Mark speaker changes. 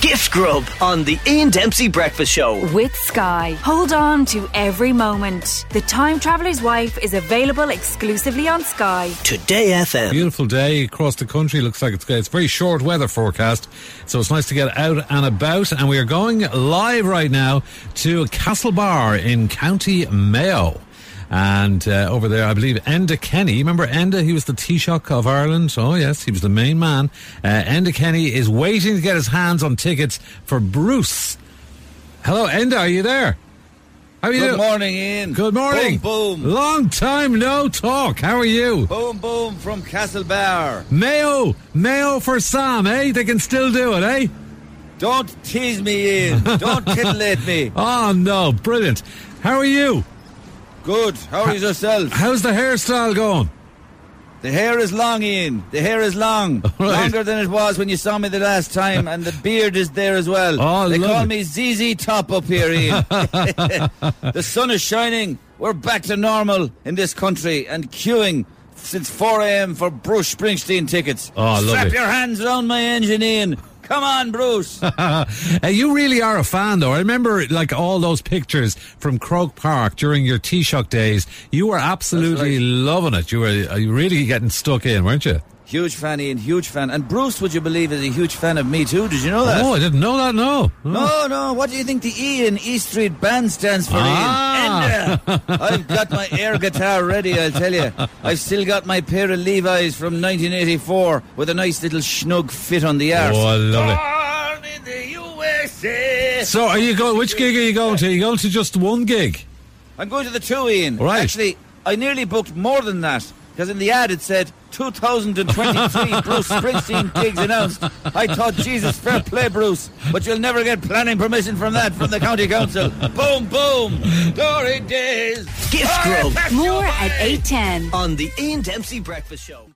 Speaker 1: Gift Grub on the Ian Dempsey Breakfast Show.
Speaker 2: With Sky. Hold on to every moment. The Time Traveller's Wife is available exclusively on Sky.
Speaker 1: Today FM.
Speaker 3: Beautiful day across the country. Looks like it's, it's very short weather forecast, so it's nice to get out and about. And we are going live right now to Castlebar in County Mayo. And uh, over there, I believe Enda Kenny. Remember Enda? He was the Taoiseach of Ireland. Oh, yes, he was the main man. Uh, Enda Kenny is waiting to get his hands on tickets for Bruce. Hello, Enda, are you there? How are you
Speaker 4: Good
Speaker 3: doing?
Speaker 4: morning, Ian.
Speaker 3: Good morning.
Speaker 4: Boom, boom.
Speaker 3: Long time no talk. How are you?
Speaker 4: Boom, boom from Castlebar.
Speaker 3: Mayo, Mayo for Sam, eh? They can still do it, eh?
Speaker 4: Don't tease me, Ian. Don't titillate me.
Speaker 3: Oh no, brilliant. How are you?
Speaker 4: Good. How is yourself?
Speaker 3: How's the hairstyle going?
Speaker 4: The hair is long, Ian. The hair is long.
Speaker 3: right.
Speaker 4: Longer than it was when you saw me the last time, and the beard is there as well.
Speaker 3: Oh,
Speaker 4: they call
Speaker 3: lovely.
Speaker 4: me ZZ Top up here, Ian. the sun is shining. We're back to normal in this country and queuing since 4 a.m. for Bruce Springsteen tickets.
Speaker 3: Oh,
Speaker 4: Strap
Speaker 3: lovely.
Speaker 4: your hands around my engine, Ian. Come on, Bruce.
Speaker 3: Uh, you really are a fan, though. I remember like all those pictures from Croke Park during your Taoiseach days. You were absolutely
Speaker 4: right.
Speaker 3: loving it. You were uh, you really getting stuck in, weren't you?
Speaker 4: Huge fan, Ian. Huge fan. And Bruce, would you believe, is a huge fan of me too. Did you know that?
Speaker 3: Oh, I didn't know that. No.
Speaker 4: No, no. What do you think the E in E Street Band stands for,
Speaker 3: Ah.
Speaker 4: Ian? Ender. I've got my air guitar ready, I'll tell you. I've still got my pair of Levi's from 1984 with a nice little snug fit on the arse.
Speaker 3: Oh, I love it.
Speaker 4: Born in the USA.
Speaker 3: So, are you going? Which gig are you going to? Are you going to just one gig?
Speaker 4: I'm going to the two, Ian.
Speaker 3: Right.
Speaker 4: Actually, I nearly booked more than that because in the ad it said 2023 Bruce Springsteen gigs announced. I thought, Jesus, fair play, Bruce, but you'll never get planning permission from that from the county council. boom, boom, glory days.
Speaker 1: Gift
Speaker 4: Hurry,
Speaker 1: Grub.
Speaker 4: pass your
Speaker 2: More
Speaker 4: by.
Speaker 2: at 810.
Speaker 1: On the Ian Dempsey Breakfast Show.